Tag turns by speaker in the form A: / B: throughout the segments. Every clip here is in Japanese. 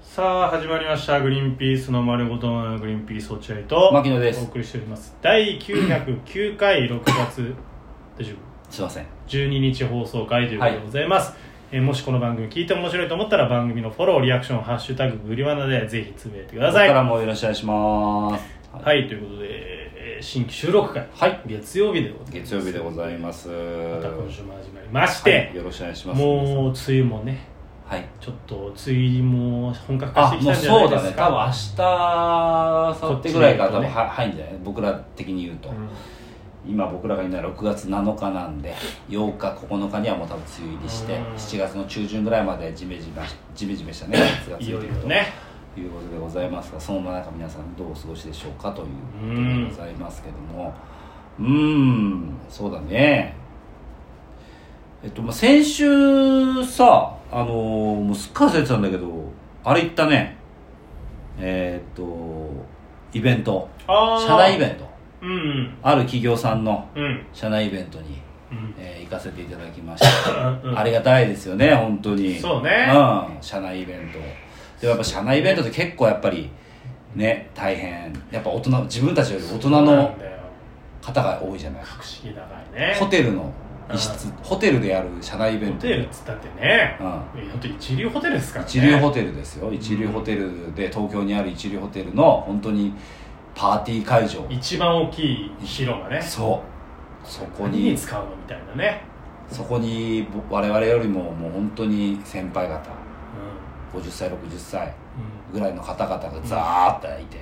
A: さあ始まりました「グリーンピースの丸ごとのグリーンピース落合」と
B: 牧野です
A: お送りしております第909回6月大丈夫
B: すいません
A: 12日放送回ということでございます、えーもしこの番組聞いて面白いと思ったら番組のフォローリアクション「ハッシュタググリワナ」でぜひつぶやいてくだ
B: こ
A: さ
B: れ
A: い
B: から
A: は
B: もよろしくお願いします
A: い、
B: い、
A: ということで、えー新規収録回、
B: はい
A: 月曜日でございます
B: 月曜日でございます
A: また今週も始まりまして、
B: はいよろしくお願いします
A: もう梅雨もね
B: はい
A: ちょっと梅雨も本格化し
B: あ
A: てき
B: も
A: た
B: う
A: んじゃな
B: そ
A: いうで
B: だ
A: す
B: ね
A: か
B: 多分明日さってぐらいか
A: こっちに行
B: ら多分
A: くとね
B: は入るんじゃない僕ら的に言うと、
A: うん
B: 今僕らがいるのは6月7日なんで8日9日にはもう多分梅雨入りして
A: うん
B: 7月の中旬ぐらいまでジメジメジメジメした ね夏がつ
A: い
B: いて
A: よ
B: る
A: いよ
B: と
A: ね
B: いうことでございますがその中皆さんどうお過ごしでしょうかということでございますけどもうーんそうだねえっと、まあ、先週さあのーもうすっかり忘れてたんだけどあれ行ったねえーっとイベント
A: あー
B: 社内イベント
A: うんうん
B: ある企業さんの
A: うん
B: 社内イベントに、
A: うん
B: えー行かせていただきました
A: うん
B: ありがたいですよね、本当に。
A: そうね
B: うん、社内イベント。でもやっぱ社内イベントって結構やっぱり、ね、大変。やっぱ大人、自分たちより大人
A: そうな
B: の
A: んだよ
B: 方が多いじゃない
A: 不思議だからね
B: ホテルの一室、ホテルでやる社内イベント。
A: ホテルっつったってね
B: う、ん。
A: 本当一流ホテルですからね
B: 一流ホテルですよ。一流ホテルで、東京にある一流ホテルの、本当にパーティー会場。
A: 一番大きい広がね
B: そう。そこ
A: 何に
B: に、
A: 使うのみたいなね、
B: そこに、我々よりももう本当に先輩方、
A: うん
B: 50歳、60歳、
A: う
B: ぐらいの方々がザーッといて、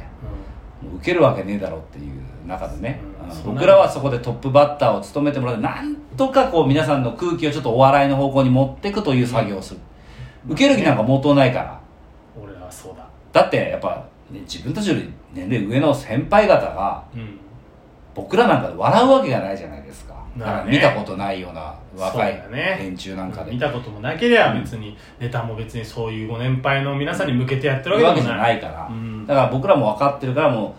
B: もう受けるわけねえだろっていう中でね、
A: うん
B: あの
A: そうなんだ
B: 僕らはそこでトップバッターを務めてもらってなんとかこう皆さんの空気をちょっとお笑いの方向に持っていくという作業をする、
A: うん
B: 受ける気なんか毛頭ないから
A: ん俺らはそうだ
B: だってやっぱ、ね、自分たちより年齢上の先輩方が
A: うん
B: 僕らなんかで笑うわけがないじゃないですか
A: まあね
B: なんか見たことないような若
A: そう
B: い
A: だね
B: 連中なんかで、
A: 見たこともなければ別にネタも別にそういうご年配の皆さんに向けてやってる
B: わ
A: わ
B: け
A: け
B: じ
A: で
B: ゃ
A: も
B: な
A: ない
B: いから、
A: うん
B: だから僕らも分かってるからも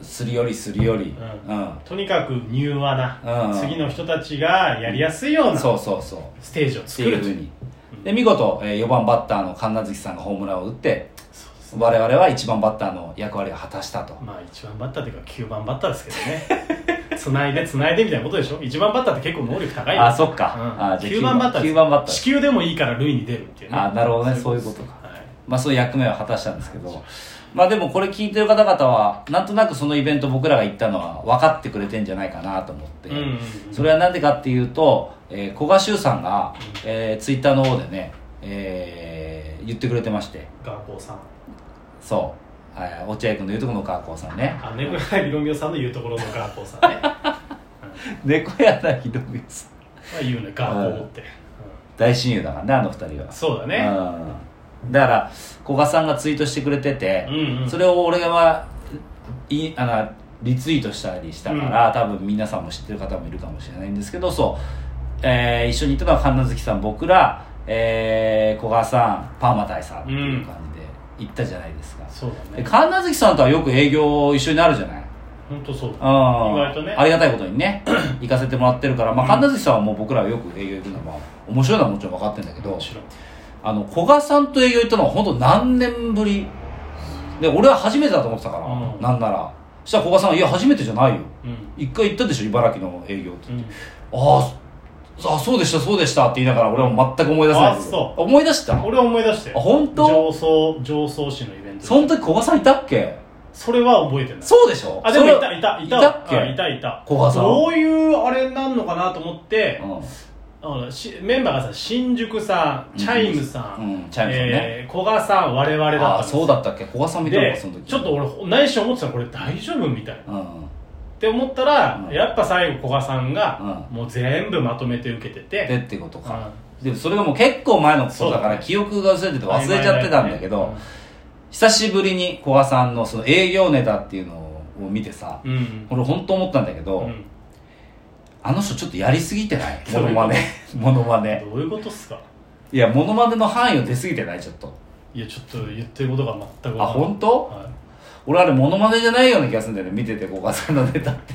B: うするよりするより、
A: う
B: うん、
A: とにかく柔和な、
B: うん
A: 次の人たちがやりやすいような
B: そうそうそう
A: ステージを
B: って
A: 作
B: いう
A: る
B: ふ
A: と
B: うにで見事、え4番バッターの神奈月さんがホームランを打って
A: そうです
B: 我々は1番バッターの役割を果たしたと
A: まあ1番バッターというか9番バッターですけどね つないでつないでみたいなことでしょ1番バッターって結構能力高いよ
B: あそっか、
A: うん
B: あじゃあ
A: 9番バッターで
B: 9
A: す
B: 番バッター
A: 地球でもいいから塁に出るっていうね
B: あなるほどねそういうことか
A: はい
B: まあそういう役目を果たしたんですけどまあでもこれ聞いてる方々はなんとなくそのイベント僕らが行ったのは分かってくれてんじゃないかなと思って、
A: うんうんうん
B: それはなんでかっていうと、えー、古賀修さんが、えー、ツイッターの方でね、えー言ってくれてまして
A: 学校さん
B: そう、はい、落合君の言うとこの川子さ んね
A: あ猫柳色美夫さんの言うところの学校 さんねま
B: 猫柳ひどみさん
A: あ言うね学校って、
B: 大親友だからねあの二人
A: うん
B: は
A: そうだね
B: うん、だから古賀さんがツイートしてくれてて
A: う、んうん
B: それを俺はいいあのリツイートしたりしたから、多分皆さんも知ってる方もいるかもしれないんですけどそう、えー一緒に行ったのは神奈月さん僕ら、えー古賀さんパーマ大さんっていう感じで行ったじゃないですか、
A: そうだ
B: で
A: ね
B: 神奈月さんとはよく営業一緒になるじゃない
A: 本当そうだ
B: うん
A: 意外とね
B: ありがたいこと にね行かせてもらってるから、まあ、神奈月さんはもう僕らはよく営業行くのは、まあ、面白いのはもちろん分かってるんだけど
A: もちろん
B: あの古賀さんと営業行ったのは本当何年ぶりで俺は初めてだと思ってたから、
A: うん
B: なんならそしたら古賀さんが「いや初めてじゃないよ
A: うん
B: 一回行ったでしょ茨城の営業」って
A: うん
B: 「あああそうでしたそうでした」って言いながら俺は全く思い出せないんですよ
A: あ
B: 思い出したあ
A: 俺は思い出して
B: 本当
A: 上層上層市のイベントで
B: その時古賀さんいたっけ
A: それは覚えてない
B: そうでしょ
A: あでもい
B: そ
A: た
B: れ
A: いたいた
B: いたっけ
A: あいたいた
B: 古賀さん
A: どういうあれなんのかなと思って
B: う、ん
A: あのしメンバーがさ新宿さんチャイムさん、
B: うん、チャイムさんね、
A: えー古賀さん我々だったん
B: あ
A: です
B: そうだったっけ古賀さん見たのか
A: で
B: その時
A: ちょっと俺内心思ってたのこれ大丈夫みたいなっ
B: うんうん
A: て思ったら、
B: うん
A: やっぱ最後古賀さんが、
B: う
A: もう全部まとめて受けてて
B: でってことか、
A: う
B: でもそれがもう結構前のことだか
A: そうだ
B: ら
A: ね
B: 記憶が薄れてて忘れちゃってたんだけど、
A: 曖昧なや
B: 久しぶりに古賀さんのその営業ネタっていうのを見てさ
A: つねうん
B: 俺本当思ったんだけど、
A: うん
B: あの人ちょっとやりすぎてない
A: そ
B: モ
A: う
B: ノマネ モノマネ
A: どういうことっすか
B: いやモノマネの範囲を出すぎてないちょっと
A: いやちょっと言ってることが全く
B: あ
A: わかんない
B: 本当
A: はい
B: 俺あれモノマネじゃないような気がするんだよね見てて古賀さんのネタって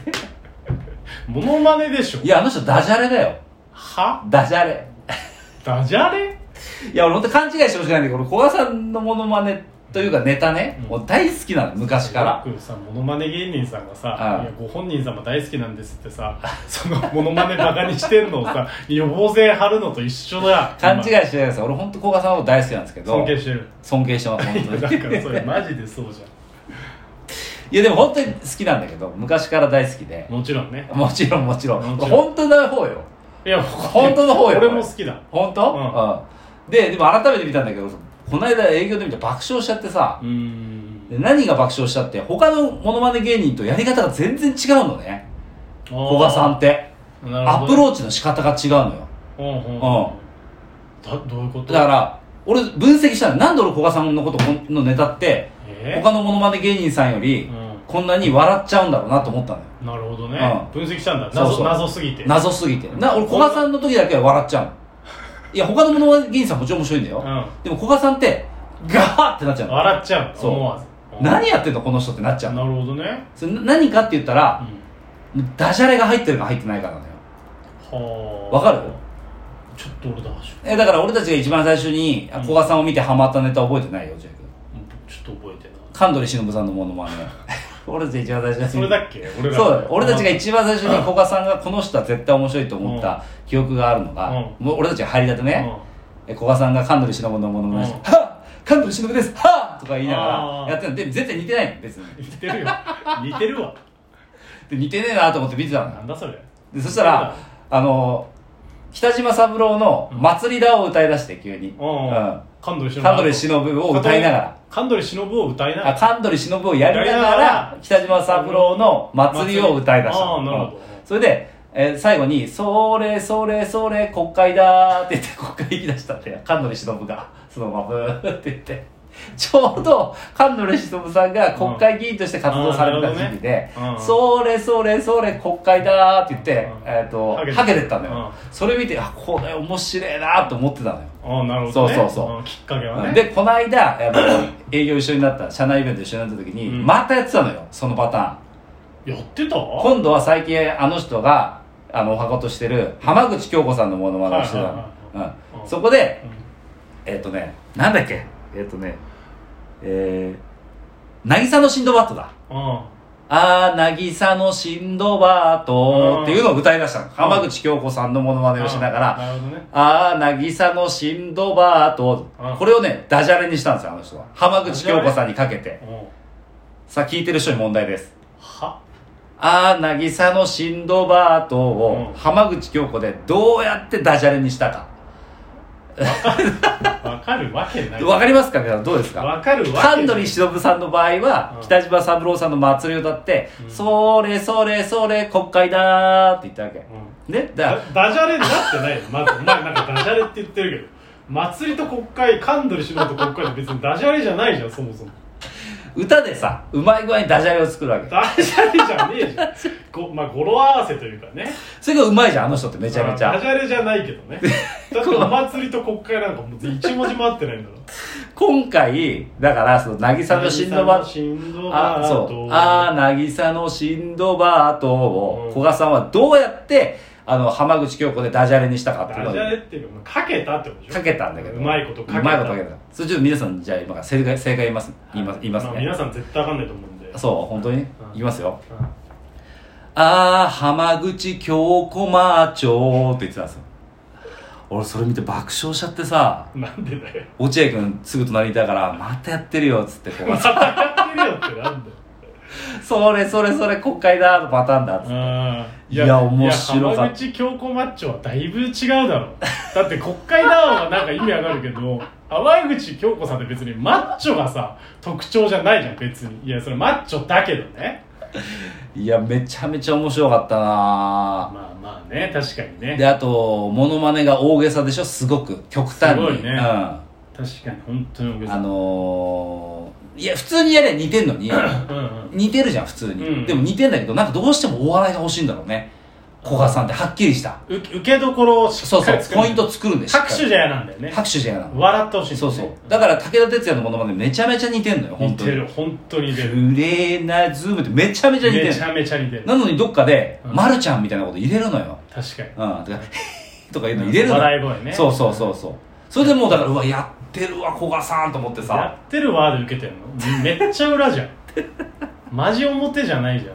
A: モノマネでしょ
B: いやあの人ダジャレだよ
A: は
B: ダジャレ
A: ダジャレ
B: いや俺本当勘違いしてほしくないんだけど俺古賀さんのモノマネというかネタね、
A: うん
B: もう大好きなの昔から
A: よくさモノマネ芸人さんがさ
B: う
A: 「
B: ん
A: いやご本人様大好きなんです」ってさそのモノマネバカにしてんのを さ予防線張るのと一緒だ
B: 勘違いしてないです俺本当古賀さんのこと大好きなんですけど
A: 尊敬してる
B: 尊敬してます
A: いや
B: 本
A: だ
B: 当
A: か
B: に
A: らそれマジでそうじゃ
B: いやでも本当に好きなんだけど昔から大好きで
A: んもちろんね
B: もちろんもちろん
A: もちろん
B: 本当の方よ
A: いや
B: 本当の方よ
A: 俺も好きだ
B: 本当、
A: う
B: うんんででも改めて見たんだけどこの間営業で見て爆笑しちゃってさ
A: う、ーん
B: で何が爆笑したって他のモノマネ芸人とやり方が全然違うのね古
A: 古
B: 賀さんってアプロ
A: ーチ
B: ーチの仕方が違うのよ
A: うんうん
B: うん
A: だどういうこと
B: だから俺分析したのなんで俺古賀さんのことこんのネタって
A: え
B: 他のモノマネ芸人さんよ
A: う
B: り
A: ん
B: こんなに笑っちゃうんだろうなと思ったのよ
A: なるほどね分析したんだ謎
B: そうそう
A: 謎すぎて
B: 謎すぎてな俺古賀さんの時だけは笑っちゃうのいや他のモノマネ芸人さんもちろん面白いんだよ、
A: うん
B: でも古賀さんってガーってなっちゃうの
A: 笑っちゃう
B: そう
A: 思わず
B: 何やってんのこの人ってなっちゃうの
A: なるほどね
B: それな何かって言った
A: う
B: ら
A: ん
B: ダジャレが入ってるか入ってないかなのよ
A: はあ
B: わかる
A: ちょっと俺だし
B: えだから俺たちが一番最初にあ
A: うん
B: 古賀さんを見てハマったネタ覚えてないよジェイ君
A: ちょっと覚えてな
B: 神取忍さんのものまね 俺たち一番最初に
A: それだっけ俺ら
B: そうだよ俺たちが
A: 一
B: 一番最初に古賀さんがこの人は絶対面白いと思った記憶があるのが、もう俺たちが入りたてね、え古賀さんが神取忍のものまねして
A: うん
B: 「はっ神取忍ですはっ!」とか言いなが
A: あ
B: ら
A: ー
B: やってるので絶対似てないの別に
A: 似てるよ 似てるわ
B: で似てねえなと思って見てたのよ
A: なんだそれ
B: でそしたらあの北島三郎の「祭りだ」を歌い出して急に、
A: うん
B: うん
A: 神取忍
B: 神取忍を歌いながら
A: 神取忍を歌いなが
B: あ
A: ら
B: 神取忍をやりな
A: や
B: が
A: りながら
B: ら北島三郎の「祭り」を歌い出した
A: あーなるほど
B: うんそれで、えー最後に「それそれそれ国会だ」って言って 国会行き出したんだよ神取忍がそのままブーって言ってちょうど神取忍さんが国会議員として活動されてた時期で
A: うんあーなるほどねうん
B: 「それそれそれ国会だ」って言って
A: うん
B: えーと
A: ハゲて
B: ハゲてったのよ
A: う
B: それ見てあこれ面白えなと思ってたのよ
A: ああなるほどね
B: そうそうそうん
A: きっかけはね
B: でこの間やっぱ営業一緒になった社内イベント一緒になった時に、
A: うん
B: またやってたのよそのパター
A: や
B: ン
A: ってた
B: 今度は最近あの人があのおはことしてる浜口京子さんのものまねをしてた
A: はい
B: の
A: はいはい
B: うん
A: うん
B: そこで
A: うん
B: えっ、とねなんだっけえっ、とねえー、渚のシンドバットだ
A: うん
B: あー、渚のシンドバッ
A: うん
B: トっていうのを歌い出したの。浜口京子さんのものまねをしながら、
A: なるほどね
B: あー、渚のシンドバート
A: うん。
B: これをね、ダジャレにしたんですよ、あの人は。浜口京子さんにかけて。
A: うん
B: さあ、聞いてる人に問題です。
A: は
B: あー、渚のシンドバート
A: うん
B: を浜口京子でどうやってダジャレにしたか。
A: わかるわけない
B: わかりますか皆さん、どうですか
A: わかるわけ
B: ハンドリー忍さんの場合は
A: う、ん
B: 北島三郎さんの祭りを歌って、
A: うん
B: それそれそれ国会だーって言ったわけ。
A: うん
B: ねだから
A: だダジャレになってないよまずお前なんかダジャレって言ってるけど祭りと国会神取忍と国会って別にダジャレじゃないじゃんそもそも
B: 歌でさ、うまい具合にダジャレを作るわけ。
A: ダジャレじゃねえじゃんこ、まあ、語呂合わせというかね
B: それがうまいじゃん、あの人ってめちゃめちゃ。
A: まあダジャレじゃないけど ねだってお祭りと国会なんかもう一文字も合ってないんだろ
B: 今回だからその渚のシンドバ
A: 渚の
B: ート
A: シンドバ
B: あ
A: ー
B: そう
A: ト
B: あー渚のシンドバート
A: う
B: を
A: ん
B: 古賀さんはどうやってあの浜口京子でダジャレにしたかっていう
A: ダジャレっていうかまあかけたってことでしょ
B: かけたんだけど
A: うまいことかけた
B: うまいことかけたそれちょっと皆さんじゃあ今から正解正解言います言います言います
A: あ皆
B: ね
A: さん絶対わかんないと思うんで
B: そう本当に
A: うん
B: 言いますよ
A: うん
B: あー浜口京子マーチョーって言ってたんですよ俺それ見て爆笑しちゃってさ
A: なんでだよ
B: 落合君すぐ隣にいたからまたやってるよっつって古賀さん
A: やってるよってなんだよ
B: それそれそれ国会だのパターンだっつっ
A: い
B: ていや面白かった
A: 浜口京子マッチョはだいぶ違うだろうだって国会談はなんか意味わかるけど浜口京子さんって別にマッチョがさ特徴じゃないじゃん別にいやそれマッチョだけどね
B: いやめちゃめちゃ面白かったな
A: まあまあね確かに
B: で
A: ね
B: あとモノマネが大げさでしょすごく極
A: す
B: 端に
A: ごいね
B: うん、あ
A: 確かに本当に大げさ
B: のー、いや普通にやれば似てんの に
A: うんうん
B: 似てるじゃん普通に、
A: うん
B: でも似てんだけどなんかどうしてもお笑いが欲しいんだろうね古賀さんってはっきりした
A: 受け受けどころをし
B: そう
A: っ
B: そ
A: か
B: う
A: り作る
B: ポイント作るんでしょ
A: 拍手じゃ嫌なんだよね
B: 拍手じゃなの
A: 笑ってほしいんだ
B: そ
A: よ
B: う
A: ね
B: そうだから武田鉄矢のモノマネめちゃめちゃ似てんのよ本
A: 似
B: 当
A: て
B: に
A: る本当に似てる
B: フレーナズームってめちゃめちゃ似てる
A: めちゃめちゃ似てる
B: なのにどっかで、
A: うん
B: まるちゃんみたいなこと入れるのよ。
A: 確かに
B: うん。とか、とかいうの入れるの。
A: 笑い声ね
B: そうそうそうそう。それでもうだから、うわ、やっってるわ古賀さんと思ってさ
A: やってるわで受けてんのめっちゃ裏じゃんマジ表じゃないじゃ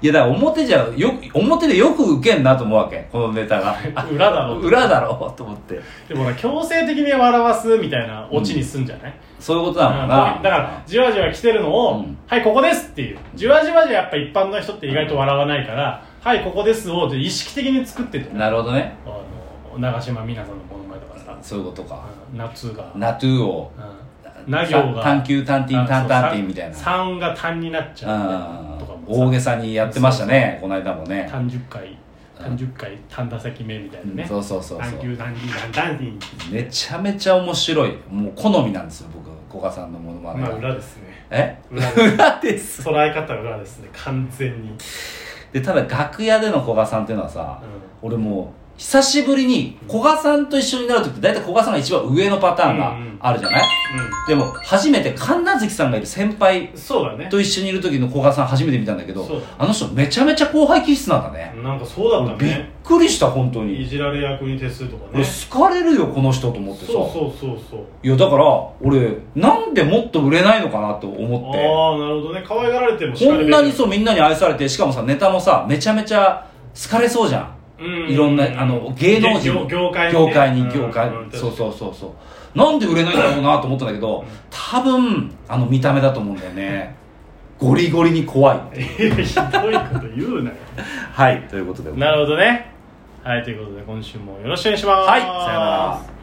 B: いやだから表じゃよ表でよくウケんなと思うわけこのネ タが
A: ん裏だろ
B: 裏だろと思って
A: でもほら強制的に笑わすみたいなオチにすんじゃない、
B: そういうことなの
A: う
B: か
A: ん
B: な、
A: だからじわじわ来てるのを、
B: うん
A: はいここですっていうじわじわじゃやっぱ一般の人って意外と笑わないから、はいここですをで意識的に作ってんじゃない
B: なるほどね
A: あの長島みなさんのものまねとかさ、
B: そういうことか、
A: うん夏が、
B: ナトゥーを
A: うん、な行が
B: 探求探偵探探偵みたいな
A: 3が単になっちゃうとか
B: う
A: もさ
B: ん大げさにやってましたねこの間もね
A: 単10回単10回単打席目みたいなね、
B: うんそうそうそう
A: 単
B: そう
A: 球単球単単球
B: めちゃめちゃ面白いもう好みなんですよ僕古賀さんのものまね
A: まあ
B: が
A: 裏ですね
B: え
A: 裏です
B: 裏です
A: 捉え方裏ですね完全に、うん、
B: でただ楽屋での古賀さんっていうのはさ俺もう久しぶりに古賀さんと一緒になる時って大体古賀さんが一番上のパターン
A: うんうん
B: があるじゃないでも初めて神奈月さんがいる先輩
A: うん、そうだね
B: と一緒にいる時の古賀さん初めて見たんだけど
A: そう
B: あの人めちゃめちゃ後輩気質なんだね
A: なんかそうだった
B: びっ
A: ね
B: くりした本当
A: い
B: に
A: じられ役に徹するとかね
B: 俺
A: そ
B: 好かれるよこの人と思っ
A: う
B: てさ
A: そうそうそう
B: いやだから俺なんでもっと売れないのかなと思
A: あ
B: って
A: あなるほどね可愛がられても
B: こんなに
A: う、
B: そうみんなに愛されてしかもさネタもさめちゃめちゃ好かれそうじゃん
A: うん
B: いろんなあの芸能人
A: 業業界にね
B: 業界に業界
A: うんうん
B: そうそうそうそうなんで売れないんだろうなと思ったんだけど多分あの見た目だと思うんだよねゴリゴリに怖い
A: ひどいこと言 うなよ
B: はいということで
A: なるほどねはいということで今週もよろしくお願いします
B: はいさよなら